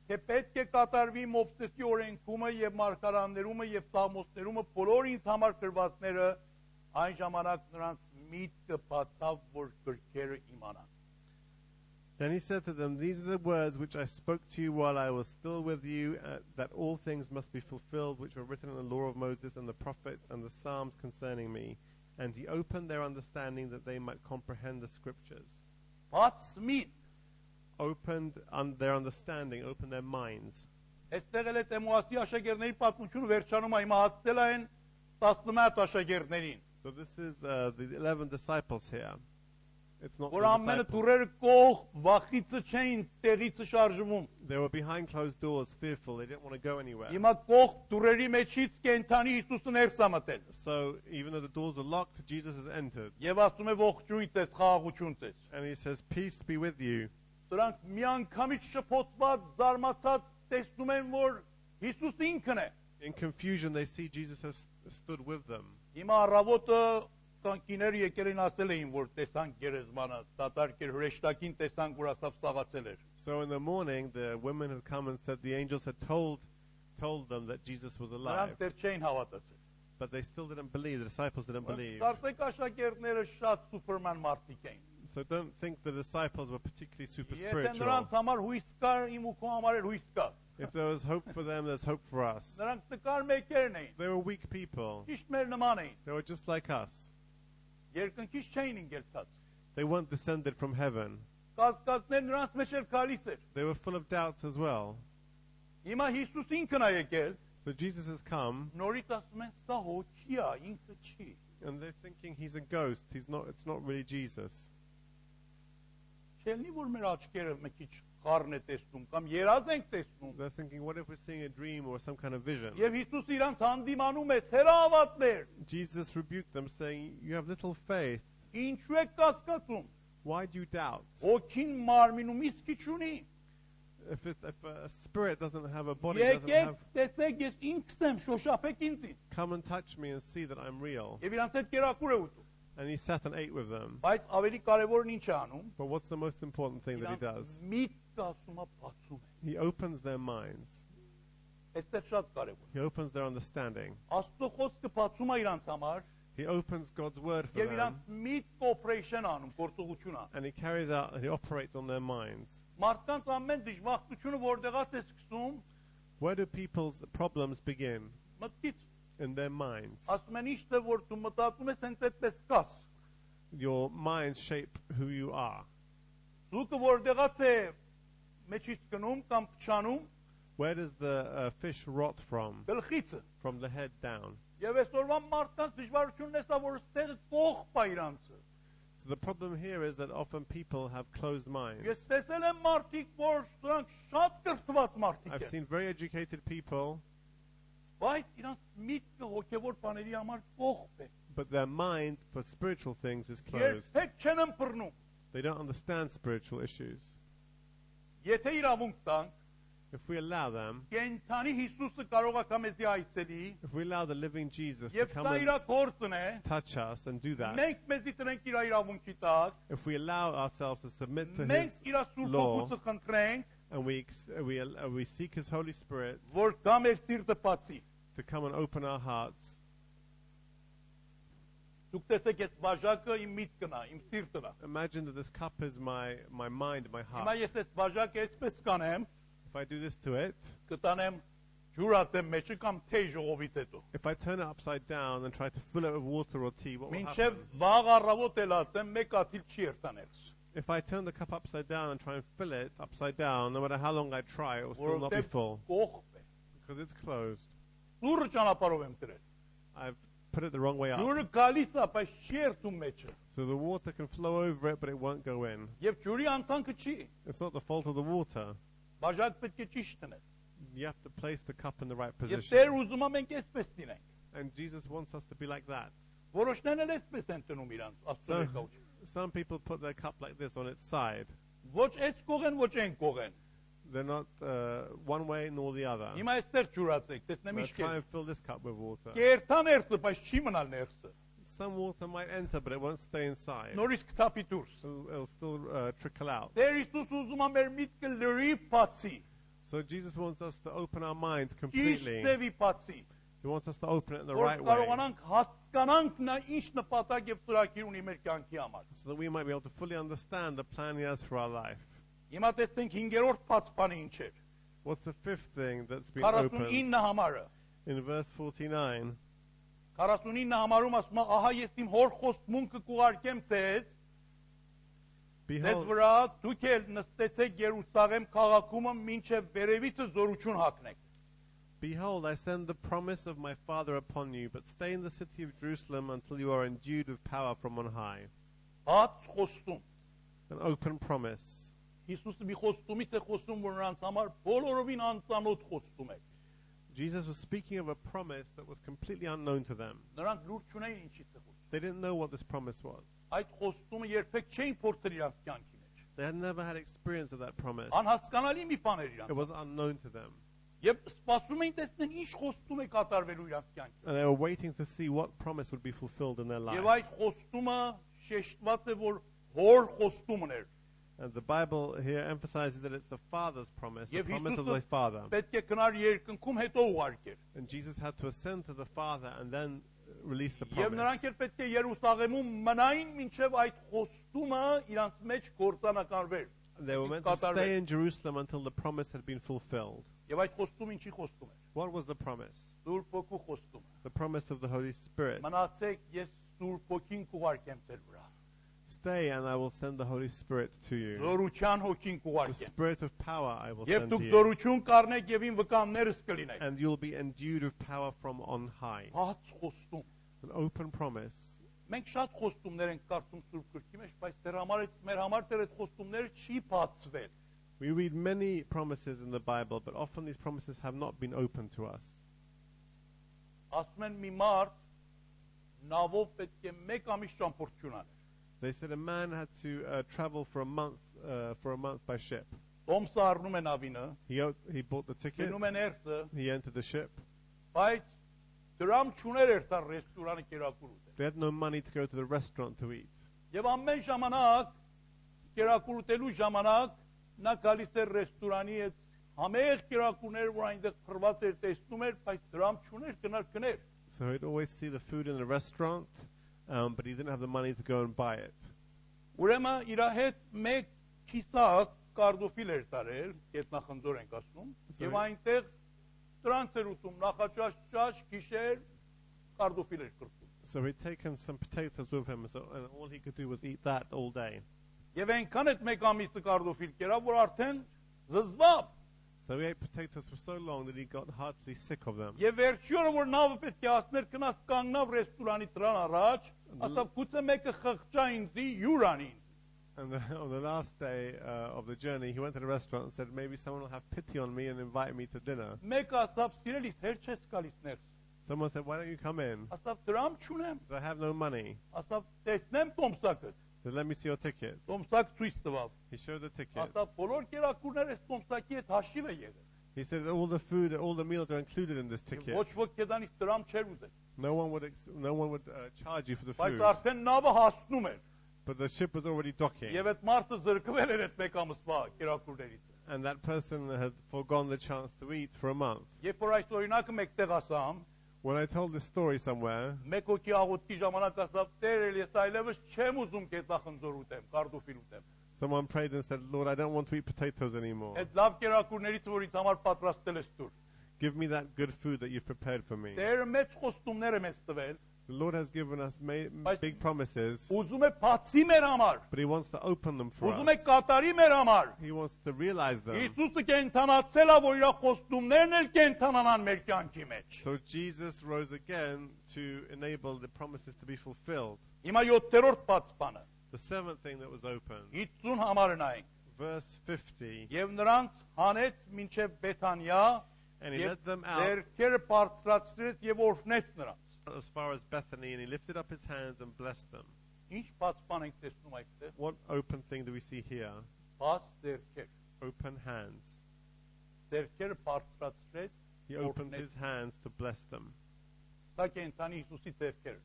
Speaker 1: թե պետք է կատարվի Մովսեսի օրենքումը եւ մարգարաններումը եւ Սամոսներումը բոլոր ինձ համար գրվածները, այն ժամանակ նրանց միտքը բացավ, որ գրքերը իմանան։
Speaker 2: Then he said to them, These are the words which I spoke to you while I was still with you, uh, that all things must be fulfilled which were written in the law of Moses and the prophets and the Psalms concerning me. And he opened their understanding that they might comprehend the scriptures.
Speaker 1: Բաց միտք
Speaker 2: Opened un- their understanding, opened their minds.
Speaker 1: Այստեղ էլ է Տեմուասի աշակերտների պատմությունը վերջանում է, հիմա հասցել է այն 17 աշակերտներին։
Speaker 2: So this is uh, the 11 disciples here. It's not
Speaker 1: որ
Speaker 2: the
Speaker 1: ամենը
Speaker 2: disciples.
Speaker 1: դուրերը կող վախիցը չէին տեղիցը շարժվում։
Speaker 2: They were behind closed doors, fearful. They didn't want to go anywhere.
Speaker 1: Հիմա կող դուրերի մեջից կենթանի Հիսուսը ներս է մտել։
Speaker 2: So even though the doors were locked, Jesus has entered.
Speaker 1: Եվ ասում է ողջույն տես, խաղաղություն տես։
Speaker 2: And he says, Peace be with you.
Speaker 1: Սրանք միանգամից շփոթված, զարմացած տեսնում են, որ Հիսուս ինքն է։
Speaker 2: In confusion, they see Jesus has st- stood with them.
Speaker 1: Հիմա առավոտը տանկիները եկել են ասել էին, որ տեսան գերեզմանը, դատարկ էր հրեշտակին տեսան, որ ասավ սաղացել էր։
Speaker 2: So in the morning, the women had come and said the angels had told told them that Jesus was
Speaker 1: Նրանք
Speaker 2: alive,
Speaker 1: դեռ չէին հավատացել։
Speaker 2: but they still didn't believe. The disciples didn't believe.
Speaker 1: Կարծեք աշակերտները շատ սուպերմեն մարդիկ էին։
Speaker 2: So don't think the disciples were particularly super
Speaker 1: Եթե
Speaker 2: spiritual.
Speaker 1: նրանց համար հույս կար, իմ ու քո համար էլ հույս կար։
Speaker 2: If there was hope for them, there's hope for us.
Speaker 1: Նրանք նկար մեկերն էին։
Speaker 2: They were weak people.
Speaker 1: Ճիշտ մեր նման էին։
Speaker 2: They were just like us.
Speaker 1: Երկնքից չէին ինգելցած։
Speaker 2: They weren't descended from heaven.
Speaker 1: Կասկածներ նրանց մեջ էլ գալիս էր։
Speaker 2: They were full of doubts as well.
Speaker 1: Հիմա Հիսուս ինքն է եկել,
Speaker 2: So Jesus has come,
Speaker 1: նորից ասում են՝ «Սա հոճի է, ինքը չի»։
Speaker 2: and they're thinking he's a ghost. He's not. It's not really Jesus.
Speaker 1: Չելնի որ մեր աչքերը մի քիչ խառն է տեսնում կամ երազ ենք տեսնում։
Speaker 2: They're thinking, what if we're seeing a dream or some kind of vision?
Speaker 1: Եվ Հիսուս իրանց հանդիմանում է՝ «Թերավատներ,
Speaker 2: Jesus rebuked them, saying, You have little faith.
Speaker 1: ինչու եք կասկածում։
Speaker 2: Why do you doubt?
Speaker 1: Հոգին մարմինում իսկ չունի։
Speaker 2: If, it, if a spirit doesn't have a body, doesn't
Speaker 1: Եկեք,
Speaker 2: have,
Speaker 1: տեսեք, ես ինքս եմ, շոշափեք ինձ։
Speaker 2: come and touch me and see that I'm real.
Speaker 1: Եվ իրանց հետ կերակուր է ուտում։
Speaker 2: And he sat and ate with them.
Speaker 1: Բայց ավելի կարևորն ինչ է անում։
Speaker 2: But what's the most important thing that he does?
Speaker 1: Միտքը ասում է բացում է։
Speaker 2: He opens their minds.
Speaker 1: Այստեղ շատ կարևոր։
Speaker 2: He opens their understanding.
Speaker 1: Աստծո խոսքը բացում է իրանց համար,
Speaker 2: He opens God's word for
Speaker 1: եւ
Speaker 2: them
Speaker 1: իրանք միտք օպերեյշն անում, գործողություն անում։
Speaker 2: and he carries out and he operates on their minds.
Speaker 1: Մարդկանց ամեն դժբախտությունը որտեղից է սկսում,
Speaker 2: Where do people's problems begin?
Speaker 1: մտքից։
Speaker 2: In their minds.
Speaker 1: Ասում են ինչն է որ դու մտածում ես, հենց այդպես կաս։
Speaker 2: Your minds shape who you are.
Speaker 1: Զուկը որտեղից է մեջից գնում կամ փչանում
Speaker 2: Where does the uh, fish rot from?
Speaker 1: գլխիցը։
Speaker 2: From the head down.
Speaker 1: Եվ այսօրվա մարդկանց դժվարությունն է սա, որ ստեղը կողպա իրանցը։
Speaker 2: So the problem here is that often people have closed minds.
Speaker 1: Ես տեսել եմ մարդիկ, որ նրանք շատ կրթված մարդիկ
Speaker 2: I've
Speaker 1: են,
Speaker 2: seen very educated people,
Speaker 1: բայց իրանք միտքը հոգևոր բաների համար կողպ է։
Speaker 2: but their mind for spiritual things is closed.
Speaker 1: Երբեք չեն ըմբռնում։
Speaker 2: They don't understand spiritual issues.
Speaker 1: Եթե իրավունք տանք,
Speaker 2: If we allow them,
Speaker 1: կենթանի Հիսուսը կարող է կամեզի այցելի,
Speaker 2: if we allow the living Jesus to
Speaker 1: եւ
Speaker 2: come
Speaker 1: սա իր
Speaker 2: and
Speaker 1: գործն է,
Speaker 2: touch us and do that,
Speaker 1: մենք մեզի տնենք իր իրավունքի տակ,
Speaker 2: if we allow ourselves to submit to His
Speaker 1: մենք իր սուրբ
Speaker 2: law.
Speaker 1: օգուտը խնդրենք,
Speaker 2: and we ex- we al- uh, we seek His Holy Spirit
Speaker 1: որ դա մեր սիրտը բացի։
Speaker 2: to come and open our hearts.
Speaker 1: Դուք տեսեք այդ բաժակը իմ միտքն է, իմ սիրտն է։
Speaker 2: Imagine that this cup is my my mind, my
Speaker 1: Հիմա
Speaker 2: heart.
Speaker 1: ես այդ բաժակը այսպես կանեմ,
Speaker 2: If I do this to it,
Speaker 1: կտանեմ ջուրատեմ մեջը կամ թեյ ժողովից հետո։
Speaker 2: if I turn it upside down and try to fill it with water or tea, what will
Speaker 1: Մինչև
Speaker 2: happen?
Speaker 1: վաղ առավոտ էլ ատեմ, մեկ աթիլ չի երտաներս,
Speaker 2: If I turn the cup upside down and try and fill it upside down, no matter how long I try, it will still not be
Speaker 1: որովհետև
Speaker 2: full
Speaker 1: կողպ է։
Speaker 2: because it's closed.
Speaker 1: Սուրը ճանապարհով եմ դրել։
Speaker 2: I've put it the wrong way up.
Speaker 1: Ջուրը գալիս է, բայց չի երթում մեջը։
Speaker 2: So the water can flow over it, but it won't go in.
Speaker 1: Եվ ջուրի անցանքը չի։
Speaker 2: It's not the fault of the water.
Speaker 1: Բաժակ պետք է ճիշտ դնել։
Speaker 2: You have to place the cup in the right
Speaker 1: Եվ Տեր
Speaker 2: position.
Speaker 1: ուզում է մենք այսպես դինենք։
Speaker 2: And Jesus wants us to be like that.
Speaker 1: Որոշներն էլ այսպես են տնում իրանց Աստծո
Speaker 2: So,
Speaker 1: ներկայությամբ։
Speaker 2: some people put their cup like this on its side.
Speaker 1: Ոչ այս կողեն, ոչ այն կողեն։
Speaker 2: They're not uh, one way nor the other.
Speaker 1: Հիմա այստեղ ջուրացեք, տեսնեմ
Speaker 2: They'll
Speaker 1: ինչ
Speaker 2: try and fill this cup with water.
Speaker 1: կերտա ներսը, բայց չի մնալ ներսը։
Speaker 2: Some water might enter, but it won't stay inside.
Speaker 1: Նորից կթափի դուրս։
Speaker 2: It'll, it'll still uh, trickle out.
Speaker 1: Տեր Հիսուս ուզում է մեր միտքը լրի բացի,
Speaker 2: So Jesus wants us to open our minds
Speaker 1: ճիշտ
Speaker 2: completely.
Speaker 1: ձևի բացի,
Speaker 2: He wants us to open it in the
Speaker 1: որ
Speaker 2: right way
Speaker 1: կարողանանք հասկանանք նա ինչ նպատակ եւ ծրագիր ունի մեր կյանքի համար։
Speaker 2: so that we might be able to fully understand the plan He has for our life.
Speaker 1: Հիմա տեսնենք 5-րդ բացpani ինչ է։
Speaker 2: What's the fifth thing that's been opened?
Speaker 1: 49 համարը։
Speaker 2: In verse 49,
Speaker 1: 49 համարում ասում է, ահա ես իմ հոր խոստմունքը կուղարկեմ ձեզ, ձեզ
Speaker 2: Behold,
Speaker 1: վրա դուք էլ նստեցեք Երուսաղեմ քաղաքում, մինչև վերևիցը զորություն հակնեք։
Speaker 2: Behold, I send the promise of my Father upon you, but stay in the city of Jerusalem until you are endued with power from on high.
Speaker 1: Բաց խոստում։
Speaker 2: An open promise.
Speaker 1: Հիսուսը մի խոստումից է խոսում, որ նրանց համար բոլորովին անծանոթ խոստում է։
Speaker 2: Jesus was speaking of a promise that was completely unknown to them.
Speaker 1: Նրանք լուրջ չունեն ինչից է խոսում։
Speaker 2: They didn't know what this promise was.
Speaker 1: Այդ խոստումը երբեք չէին փորձել իրանց կյանքի մեջ։
Speaker 2: They had never had experience of that promise.
Speaker 1: Անհասկանալի մի բան էր
Speaker 2: It
Speaker 1: իրանք։
Speaker 2: was unknown to them.
Speaker 1: Եվ սպասում էին տեսնեն ինչ խոստում է կատարվելու իրանց կյանքի։
Speaker 2: And they were waiting to see what promise would be fulfilled in their
Speaker 1: Եվ
Speaker 2: life.
Speaker 1: այդ խոստումը շեշտված է, որ հոր խոստումն էր։
Speaker 2: And the Bible here emphasizes that it's the Father's promise, the
Speaker 1: Եվ
Speaker 2: promise of
Speaker 1: Հիսուսը
Speaker 2: the Father.
Speaker 1: պետք է գնար երկնքում հետո ուղարկեր։
Speaker 2: And Jesus had to ascend to the Father and then uh, release the
Speaker 1: Եվ
Speaker 2: promise.
Speaker 1: նրանք էլ պետք է Երուսաղեմում մնային մինչև այդ խոստումը իրանց մեջ կործանականվեր։
Speaker 2: They were meant to
Speaker 1: կատարվեր։
Speaker 2: stay in Jerusalem until the promise had been fulfilled.
Speaker 1: Եվ այդ խոստումը ինչի խոստում էր։
Speaker 2: What was the promise?
Speaker 1: Սուրբ ոգու խոստումը։
Speaker 2: The promise of the Holy Spirit.
Speaker 1: Մնացեք, ես Սուրբ ոգին կուղարկեմ ձեր վրա։
Speaker 2: Stay, and I will send the Holy Spirit to
Speaker 1: Oh,
Speaker 2: you.
Speaker 1: Զորության ոգին
Speaker 2: The
Speaker 1: կուղարկեմ։
Speaker 2: Spirit of power I will
Speaker 1: Եվ
Speaker 2: send to
Speaker 1: դուք
Speaker 2: you.
Speaker 1: զորություն կառնեք եւ ին վկաններս կլինեք։
Speaker 2: And you'll be endued with power from on high.
Speaker 1: Բաց խոստում։
Speaker 2: An open promise.
Speaker 1: Մենք շատ խոստումներ ենք կարդում Սուրբ Գրքի մեջ, բայց դեռ համար այդ մեր համար դեռ այդ խոստումները չի բացվել։
Speaker 2: We read many promises in the Bible, but often these promises have not been open to us.
Speaker 1: Ասում են մի մարդ նավով պետք է 1 ամիս ճամփորդություն անի։
Speaker 2: They said a man had to uh, travel for a month uh, for a month by ship.
Speaker 1: Տոմսը առնում է նավինը,
Speaker 2: He o- he bought the ticket.
Speaker 1: գնում է ներսը,
Speaker 2: He entered the ship.
Speaker 1: բայց դրամ չուներ երթար ռեստորանը կերակուր ուտել։
Speaker 2: They had no money to go to the restaurant to eat.
Speaker 1: Եվ ամեն ժամանակ կերակուր ուտելու ժամանակ նա գալիս էր ռեստորանի այդ համեղ կերակուրները, որ այնտեղ փռված էր, տեսնում էր, բայց դրամ չուներ գնալ գներ։
Speaker 2: So he'd always see the food in the restaurant, um, but he didn't have the money to go and buy it.
Speaker 1: Ուրեմն իր հետ մեկ քիսակ կարդոֆիլ էր տարել, կետնախնձոր ենք ասում,
Speaker 2: Sorry.
Speaker 1: եւ այնտեղ դրանց էր ուտում նախաճաշ ճաշ գիշեր կարդոֆիլ էր կրտում։
Speaker 2: So he'd taken some potatoes with him, so, and all he could do was eat that all day.
Speaker 1: Եվ այնքան այդ մեկ ամիսը կարդոֆիլ կերա, որ արդեն զզվապ
Speaker 2: So he ate potatoes for so long that he got heartily sick of them.
Speaker 1: Եվ վերջյուրը որ նավը պետք է ասներ գնաց կանգնավ ռեստորանի դրան առաջ, ասավ գուցե մեկը խղճա ինձի յուրանին։
Speaker 2: And then on the last day uh, of the journey, he went to the restaurant and said, Maybe someone will have pity on me and invite me to dinner.
Speaker 1: Մեկը ասավ՝ «Սիրելիս, հեր չես գալիս ներս»։
Speaker 2: Someone said, Why don't you come in?
Speaker 1: Ասավ՝ «Դրամ չունեմ»։
Speaker 2: So I have no money.
Speaker 1: Ասավ՝ «Տեսնեմ տոմսակը»։
Speaker 2: So let me see your ticket.
Speaker 1: Տոմսակ ցույց տվավ։
Speaker 2: He showed the ticket.
Speaker 1: Ասավ՝ «Բոլոր կերակուրները այս տոմսակի հետ հաշիվ է եղել»։
Speaker 2: He said that all the food, all the meals are included in this ticket.
Speaker 1: Ոչ ոք քեզանից դրամ չեր ուզել,
Speaker 2: No one would, ex- no one would uh, charge you for the food.
Speaker 1: բայց արդեն նավը հասնում էր։
Speaker 2: But the ship was already docking,
Speaker 1: Եվ այդ մարդը զրկվել էր այդ մեկ ամսվա կերակուրներից։
Speaker 2: and that person had foregone the chance to eat for a month.
Speaker 1: Երբ որ այս օրինակը մեկտեղ ասամ,
Speaker 2: When I told this story somewhere,
Speaker 1: Մեկ հոգի աղոթքի ժամանակ ասավ՝ «Տեր, էլ ես այլևս չեմ ուզում կետախնձոր ուտեմ, կարդուֆիլ ուտեմ»։
Speaker 2: someone prayed and said, Lord, I don't want to eat potatoes anymore.
Speaker 1: Այդ լավ կերակուրներից, որ ինձ համար պատրաստել ես դուր։
Speaker 2: Give me that good food that you've prepared for me.
Speaker 1: Տերը մեծ խոստումներ է մեզ tվել,
Speaker 2: The Lord has given us ma-
Speaker 1: But-
Speaker 2: big promises,
Speaker 1: ուզում է բացի մեր համար,
Speaker 2: but He wants to open them for
Speaker 1: ուզում է
Speaker 2: us.
Speaker 1: կատարի մեր համար։
Speaker 2: He wants to realize them.
Speaker 1: Հիսուսը կենթանացել է, որ իր խոստումներն էլ կենթանանան մեր կյանքի մեջ։
Speaker 2: So Jesus rose again to enable the promises to be fulfilled.
Speaker 1: Հիմա 7-րդ բացpանը
Speaker 2: The seventh thing that was opened,
Speaker 1: 50 համարն այն։
Speaker 2: verse 50,
Speaker 1: Եվ նրանց հանեց մինչև Բեթանիա,
Speaker 2: and he led
Speaker 1: եւ
Speaker 2: them out
Speaker 1: ձերքերը բարձրացրեց եւ օրհնեց նրանց։
Speaker 2: as far as Bethany, and he lifted up his hands and blessed them.
Speaker 1: Ինչ բացման ենք տեսնում այդտեղ։
Speaker 2: What open thing do we see here?
Speaker 1: Բաց ձերքեր։
Speaker 2: Open hands.
Speaker 1: Ձերքերը բարձրացրեց։
Speaker 2: He opened
Speaker 1: օրհնեց։
Speaker 2: his hands to bless them.
Speaker 1: Սա կենթանի Հիսուսի ձերքերը։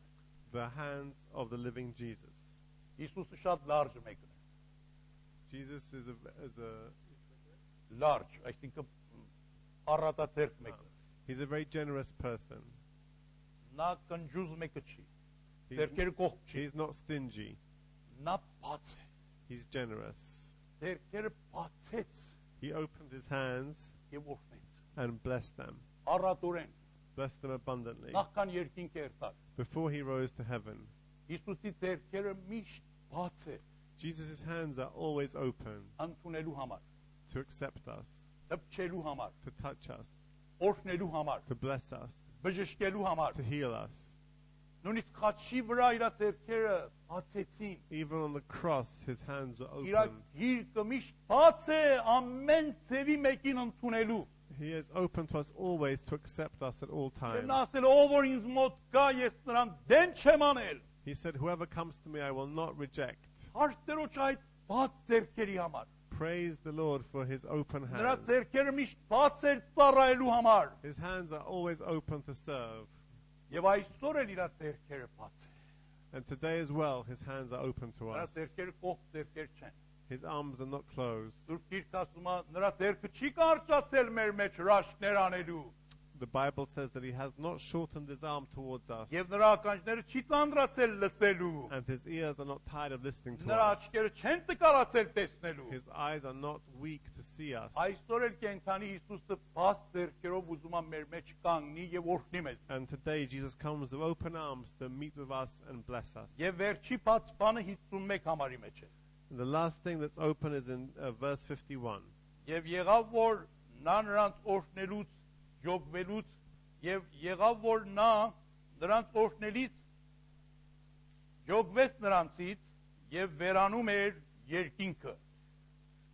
Speaker 2: The hands of the living Jesus.
Speaker 1: Հիսուսը շատ լարժ մեկն է։
Speaker 2: Jesus is a, is a
Speaker 1: Լարժ, այսինքն առատաձերք մեկն է։
Speaker 2: he's a very generous person.
Speaker 1: Նա կնջուզ մեկը չի։
Speaker 2: He's,
Speaker 1: Ձերքերը կողք չի։
Speaker 2: he's not stingy.
Speaker 1: Նա բաց է։
Speaker 2: He's generous.
Speaker 1: Ձերքերը բացեց
Speaker 2: He opened his hands
Speaker 1: եւ օրհնեց։
Speaker 2: and blessed them.
Speaker 1: Առատորեն,
Speaker 2: Blessed them abundantly.
Speaker 1: նախքան երկինք երթար։
Speaker 2: Before he rose to heaven,
Speaker 1: Հիսուսի ձերքերը միշտ բաց է
Speaker 2: Jesus' hands are always open
Speaker 1: ընդունելու համար,
Speaker 2: to accept us,
Speaker 1: դպչելու համար,
Speaker 2: to touch us,
Speaker 1: օրհնելու համար,
Speaker 2: to bless us,
Speaker 1: բժշկելու համար։
Speaker 2: to heal us.
Speaker 1: Նույնիսկ խաչի վրա իր ձեռքերը բացեցին։
Speaker 2: Even on the cross, his hands are
Speaker 1: Իր
Speaker 2: open.
Speaker 1: գիրկը միշտ բաց է ամեն ծևի մեկին ընդունելու։
Speaker 2: He is open to us always to accept us at all
Speaker 1: Եվ
Speaker 2: times.
Speaker 1: նա ասել է, ով որ ինձ մոտ գա, ես նրան դեն չեմ անել։
Speaker 2: He said, Whoever comes to me, I will not reject.
Speaker 1: Հարցերոջ այդ բաց ձեռքերի համար։
Speaker 2: Praise the Lord for his open
Speaker 1: Նրա
Speaker 2: hands.
Speaker 1: ձեռքերը միշտ բաց էր ծառայելու համար։
Speaker 2: His hands are always open to serve.
Speaker 1: Եվ այսօր էլ իր ձեռքերը բաց է։
Speaker 2: And today as well, his hands are open to
Speaker 1: Նրա
Speaker 2: us.
Speaker 1: ձեռքերը կողք ձեռքեր չեն։
Speaker 2: His arms are not closed.
Speaker 1: Սուրբ Գիրքը ասում է, նրա ձեռքը չի կարճացել մեր մեջ հրաշքներ անելու։
Speaker 2: The Bible says that he has not shortened his arm towards us.
Speaker 1: Եվ նրա ականջները չի ծանրացել լսելու։
Speaker 2: And his ears are not tired of listening to
Speaker 1: Նրա
Speaker 2: us.
Speaker 1: աչքերը չեն տկարացել տեսնելու։
Speaker 2: His eyes are not weak to see us.
Speaker 1: Այսօր էլ կենթանի Հիսուսը բաց ձեռքերով ուզում է մեր մեջ կանգնի եւ օրհնի մեզ։
Speaker 2: And today Jesus comes with open arms to meet with us and bless us.
Speaker 1: Եվ վերջի բաց բանը 51 համարի մեջ է։
Speaker 2: And the last thing that's open is in uh, verse 51.
Speaker 1: Եվ եղավ որ նա նրանց օրհնելուց, յոգվելուց եւ եղավ որ նա նրանց օրհնելից յոգվեց նրանցից եւ վերանում էր երկինքը։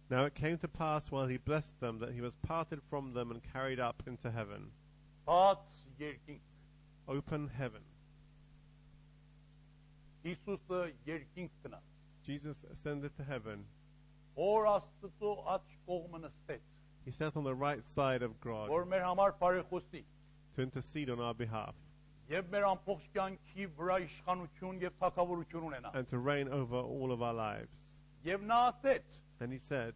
Speaker 2: Now it came to pass while he blessed them that he was parted from them and carried up into heaven.
Speaker 1: Բաց երկինք։
Speaker 2: Open heaven.
Speaker 1: Հիսուսը երկինք գնաց։
Speaker 2: Jesus ascended to heaven.
Speaker 1: Օր Աստծո աչ կողմը նստեց,
Speaker 2: He sat on the right side of God
Speaker 1: որ մեր համար բարեխոսի
Speaker 2: to intercede on our behalf
Speaker 1: եւ մեր ամբողջ կյանքի վրա իշխանություն եւ թակավորություն ունենա։
Speaker 2: and to reign over all of our lives.
Speaker 1: Եվ նա ասեց,
Speaker 2: And he said,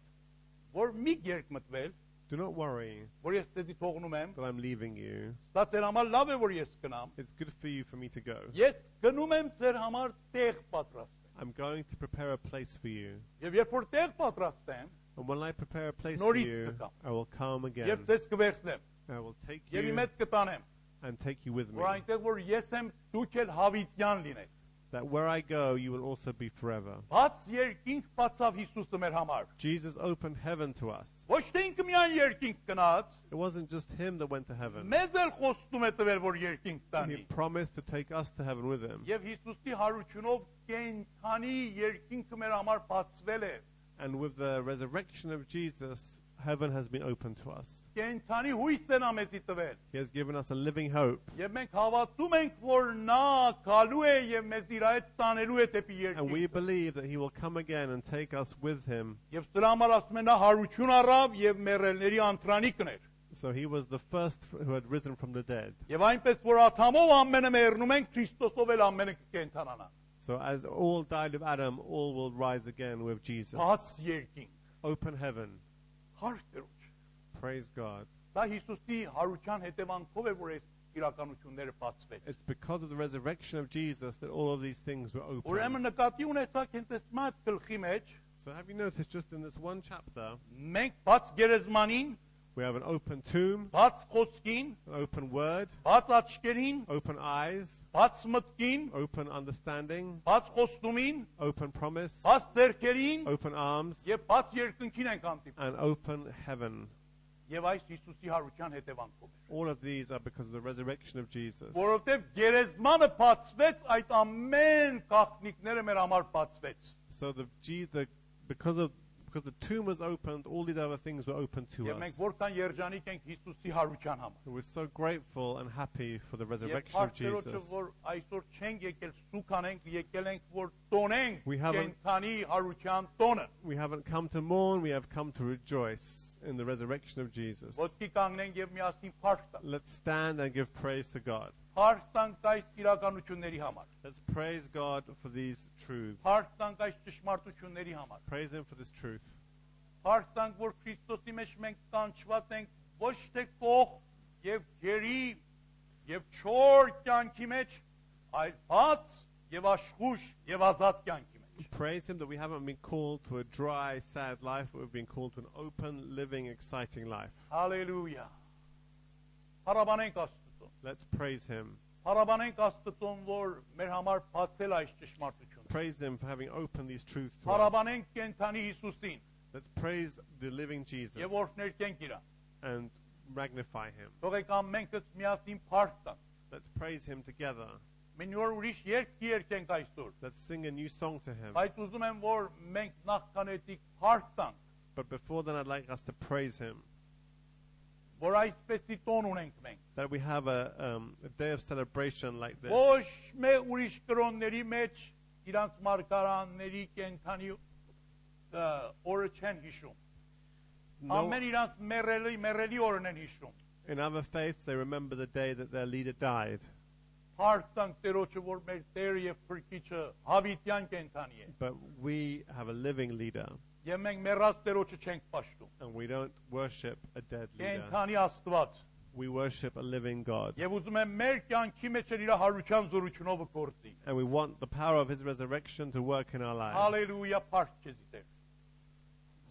Speaker 1: որ մի գերկ մտվել,
Speaker 2: Do not worry
Speaker 1: որ ես դեզի թողնում եմ,
Speaker 2: that I'm leaving you.
Speaker 1: դա ձեր համար լավ է, որ ես գնամ։
Speaker 2: It's good for you for me to go.
Speaker 1: Ես գնում եմ ձեր համար տեղ պատրաստել։
Speaker 2: I'm going to prepare a place for you.
Speaker 1: Եվ երբ որ տեղ պատրաստեմ,
Speaker 2: And when I prepare a place for
Speaker 1: Norit
Speaker 2: you,
Speaker 1: kaka.
Speaker 2: I will come
Speaker 1: եւ
Speaker 2: again.
Speaker 1: ձեզ կվերցնեմ,
Speaker 2: I will take
Speaker 1: եւ
Speaker 2: you
Speaker 1: իմ հետ կտանեմ,
Speaker 2: and take you with me.
Speaker 1: որ այնտեղ որ ես եմ, դուք էլ հավիտյան լինեք։
Speaker 2: That where I go, you will also be forever.
Speaker 1: Բաց երկինք բացավ Հիսուսը մեր համար։
Speaker 2: Jesus opened heaven to us.
Speaker 1: Ոչ թե ինքը միայն երկինք գնաց,
Speaker 2: It wasn't just him that went to heaven.
Speaker 1: մեզ էլ խոստում է տվել, որ երկինք
Speaker 2: He
Speaker 1: տանի։
Speaker 2: promised to take us to heaven with him.
Speaker 1: Եվ Հիսուսի հարությունով կենթանի երկինքը մեր համար բացվել է։
Speaker 2: And with the resurrection of Jesus, heaven has been opened to us.
Speaker 1: Կենթանի հույս են ամեծի տվել։
Speaker 2: He has given us a living hope.
Speaker 1: Եվ մենք հավատում ենք, որ նա գալու է եւ մեզ իր այդ տանելու է դեպի
Speaker 2: And we
Speaker 1: երկինք։
Speaker 2: believe that he will come again and take us with him.
Speaker 1: Եվ սրա համար ասում են նա հարություն առավ եւ մեռելների անտրանիկն էր։
Speaker 2: So he was the first who had risen from the dead.
Speaker 1: Եվ այնպես որ աթամով ամենը մեռնում ենք, Քրիստոսով էլ ամենը կկենթանանա։
Speaker 2: So as all died of Adam, all will rise again with Jesus.
Speaker 1: Բաց երկինք։
Speaker 2: Open heaven.
Speaker 1: Հարցերուց։
Speaker 2: Praise God.
Speaker 1: Դա Հիսուսի հարության հետևանքով է, որ այս իրականությունները բացվել։
Speaker 2: It's because of the resurrection of Jesus that all of these things were
Speaker 1: Ուրեմն
Speaker 2: opened.
Speaker 1: նկատի ունեցաք հենց այս մատ գլխի մեջ
Speaker 2: So have you noticed just in this one chapter,
Speaker 1: մենք բաց գերեզմանին,
Speaker 2: we have an open tomb,
Speaker 1: բաց խոսքին,
Speaker 2: an open word,
Speaker 1: բաց աչքերին,
Speaker 2: open eyes,
Speaker 1: բաց մտքին,
Speaker 2: open understanding,
Speaker 1: բաց խոստումին,
Speaker 2: open promise,
Speaker 1: բաց ձերքերին
Speaker 2: open arms,
Speaker 1: եւ բաց երկնքին ենք հանդիպ։
Speaker 2: and open heaven.
Speaker 1: Եվ այս Հիսուսի հարության հետևանքով էր։
Speaker 2: All of these are because of the resurrection of Jesus.
Speaker 1: Որովհետեւ գերեզմանը բացվեց, այդ ամեն գաղտնիքները մեր համար բացվեց։
Speaker 2: So the, Je- the because of because the tomb was opened, all these other things were opened to
Speaker 1: Եվ
Speaker 2: us.
Speaker 1: մենք որքան երջանիկ ենք Հիսուսի հարության համար։
Speaker 2: We're so grateful and happy for the
Speaker 1: Եվ
Speaker 2: resurrection of
Speaker 1: հարցերոջը
Speaker 2: Jesus.
Speaker 1: որ այսօր չենք եկել սուք անենք, եկել ենք որ տոնենք
Speaker 2: We haven't-
Speaker 1: կենթանի հարության տոնը։
Speaker 2: We haven't come to mourn, we have come to rejoice in the resurrection of Jesus.
Speaker 1: Ոտքի կանգնենք եւ միասին փառք տանք։
Speaker 2: Let's stand and give praise to God.
Speaker 1: Փառք տանք այս իրականությունների համար։
Speaker 2: Let's praise God for these truths.
Speaker 1: Փառք տանք այս ճշմարտությունների համար։
Speaker 2: Praise Him for this truth.
Speaker 1: Փառք տանք, որ Քրիստոսի մեջ մենք կանչված ենք ոչ թե կող եւ գերի եւ չոր կյանքի մեջ, այլ բաց եւ աշխուժ եւ ազատ կյանքի մեջ։
Speaker 2: Praise Him that we haven't been called to a dry, sad life, but we've been called to an open, living, exciting life.
Speaker 1: Հալելույա։ Փառաբանենք Աստծուն։
Speaker 2: Let's praise Him.
Speaker 1: Փառաբանենք Աստծուն, որ մեր համար բացել այս ճշմարտությունը։
Speaker 2: Praise Him for having opened these truths to us.
Speaker 1: Փառաբանենք կենթանի Հիսուսին
Speaker 2: Let's praise the living Jesus
Speaker 1: եւ օրհներկենք իրան։
Speaker 2: and magnify Him.
Speaker 1: Թողեք ամենքս միասին փառք տանք։
Speaker 2: Let's praise Him together.
Speaker 1: Մի նոր ուրիշ երգ երգենք այսօր։
Speaker 2: Let's sing a new song to Him.
Speaker 1: Բայց ուզում եմ որ մենք նախքան էտիկ փառք տանք,
Speaker 2: But before then, I'd like us to praise Him.
Speaker 1: որ այսպեսի տոն ունենք մենք։
Speaker 2: That we have a, um, a day of celebration like this.
Speaker 1: Ոչ մե ուրիշ կրոնների մեջ իրանց մարգարանների կենթանի ը, օրը չեն հիշում։
Speaker 2: No,
Speaker 1: Ամեն իրանց մեռելի մեռելի օրն են հիշում։
Speaker 2: in other faiths, they remember the day that their leader died.
Speaker 1: Փառք տանք Տերոջը, որ մեր Տերը եւ Փրկիչը հավիտյան կենթանի է։
Speaker 2: But we have a living leader,
Speaker 1: Եվ մենք մեռած Տերոջը չենք ճաշտում։
Speaker 2: and we don't worship a dead leader.
Speaker 1: Կենթանի Աստված։
Speaker 2: We worship a living God.
Speaker 1: Եվ ուզում եմ մեր կյանքի մեջ էլ իր հարության զորությունով գործի։
Speaker 2: And we want the power of His resurrection to work in our lives.
Speaker 1: Հալելույա, փառք քեզի Տեր։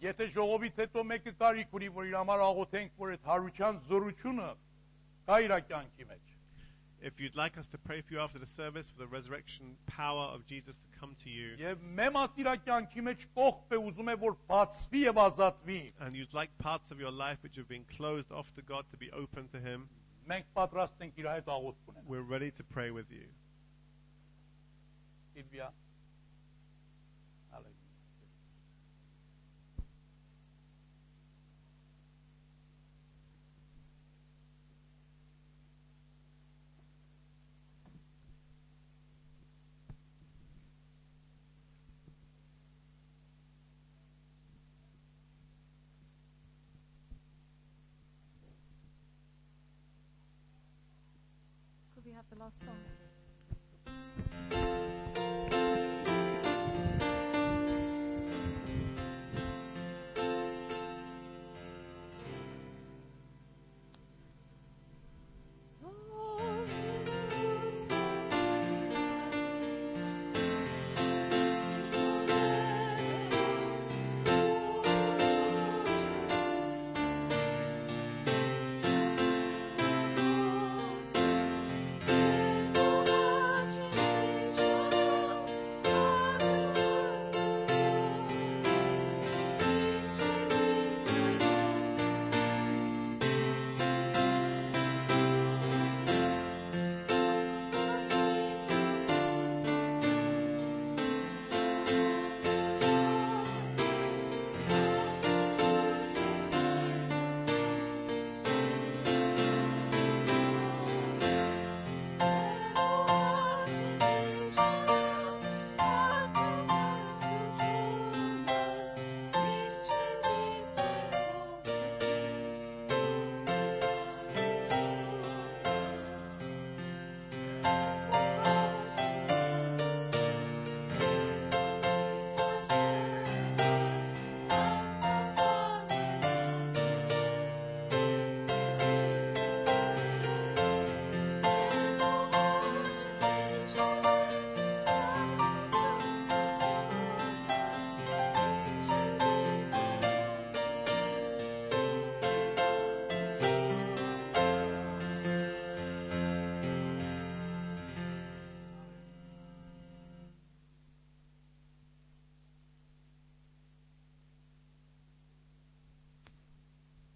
Speaker 1: Եթե ժողովից հետո մեկը կարիք ունի, որ իր համար աղոթենք, որ այդ հարության զորությունը կա իր կյանքի մեջ։
Speaker 2: If you'd like us to pray for you after the service for the resurrection power of Jesus to come to you,
Speaker 1: Եվ մեմած իր կյանքի մեջ կողպ է ուզում է, որ բացվի եւ ազատվի։
Speaker 2: and you'd like parts of your life which have been closed off to God to be open to Him,
Speaker 1: Մենք պատրաստ ենք իր հետ աղոթք ունենալ։
Speaker 2: we're ready to pray with you.
Speaker 1: Սիլվիա։ Հալելույա։
Speaker 3: Could we have the last song?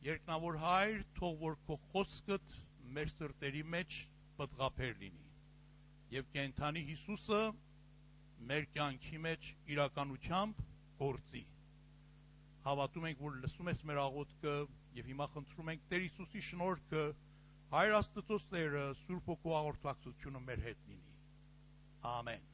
Speaker 1: Երկնավոր հայր, թող որ քո խոսքդ մեր սրտերի մեջ պատղափեր լինի։ Եվ կենթանի Հիսուսը մեր կյանքի մեջ իրականությամբ գործի։ Հավատում ենք, որ լսում ես մեր աղոթքը եւ հիմա խնդրում ենք Տեր Հիսուսի շնորհքը, Հայր Աստծո Տերը, Սուրբ Օգու հաղորդակցությունը մեր հետ լինի։ Ամեն։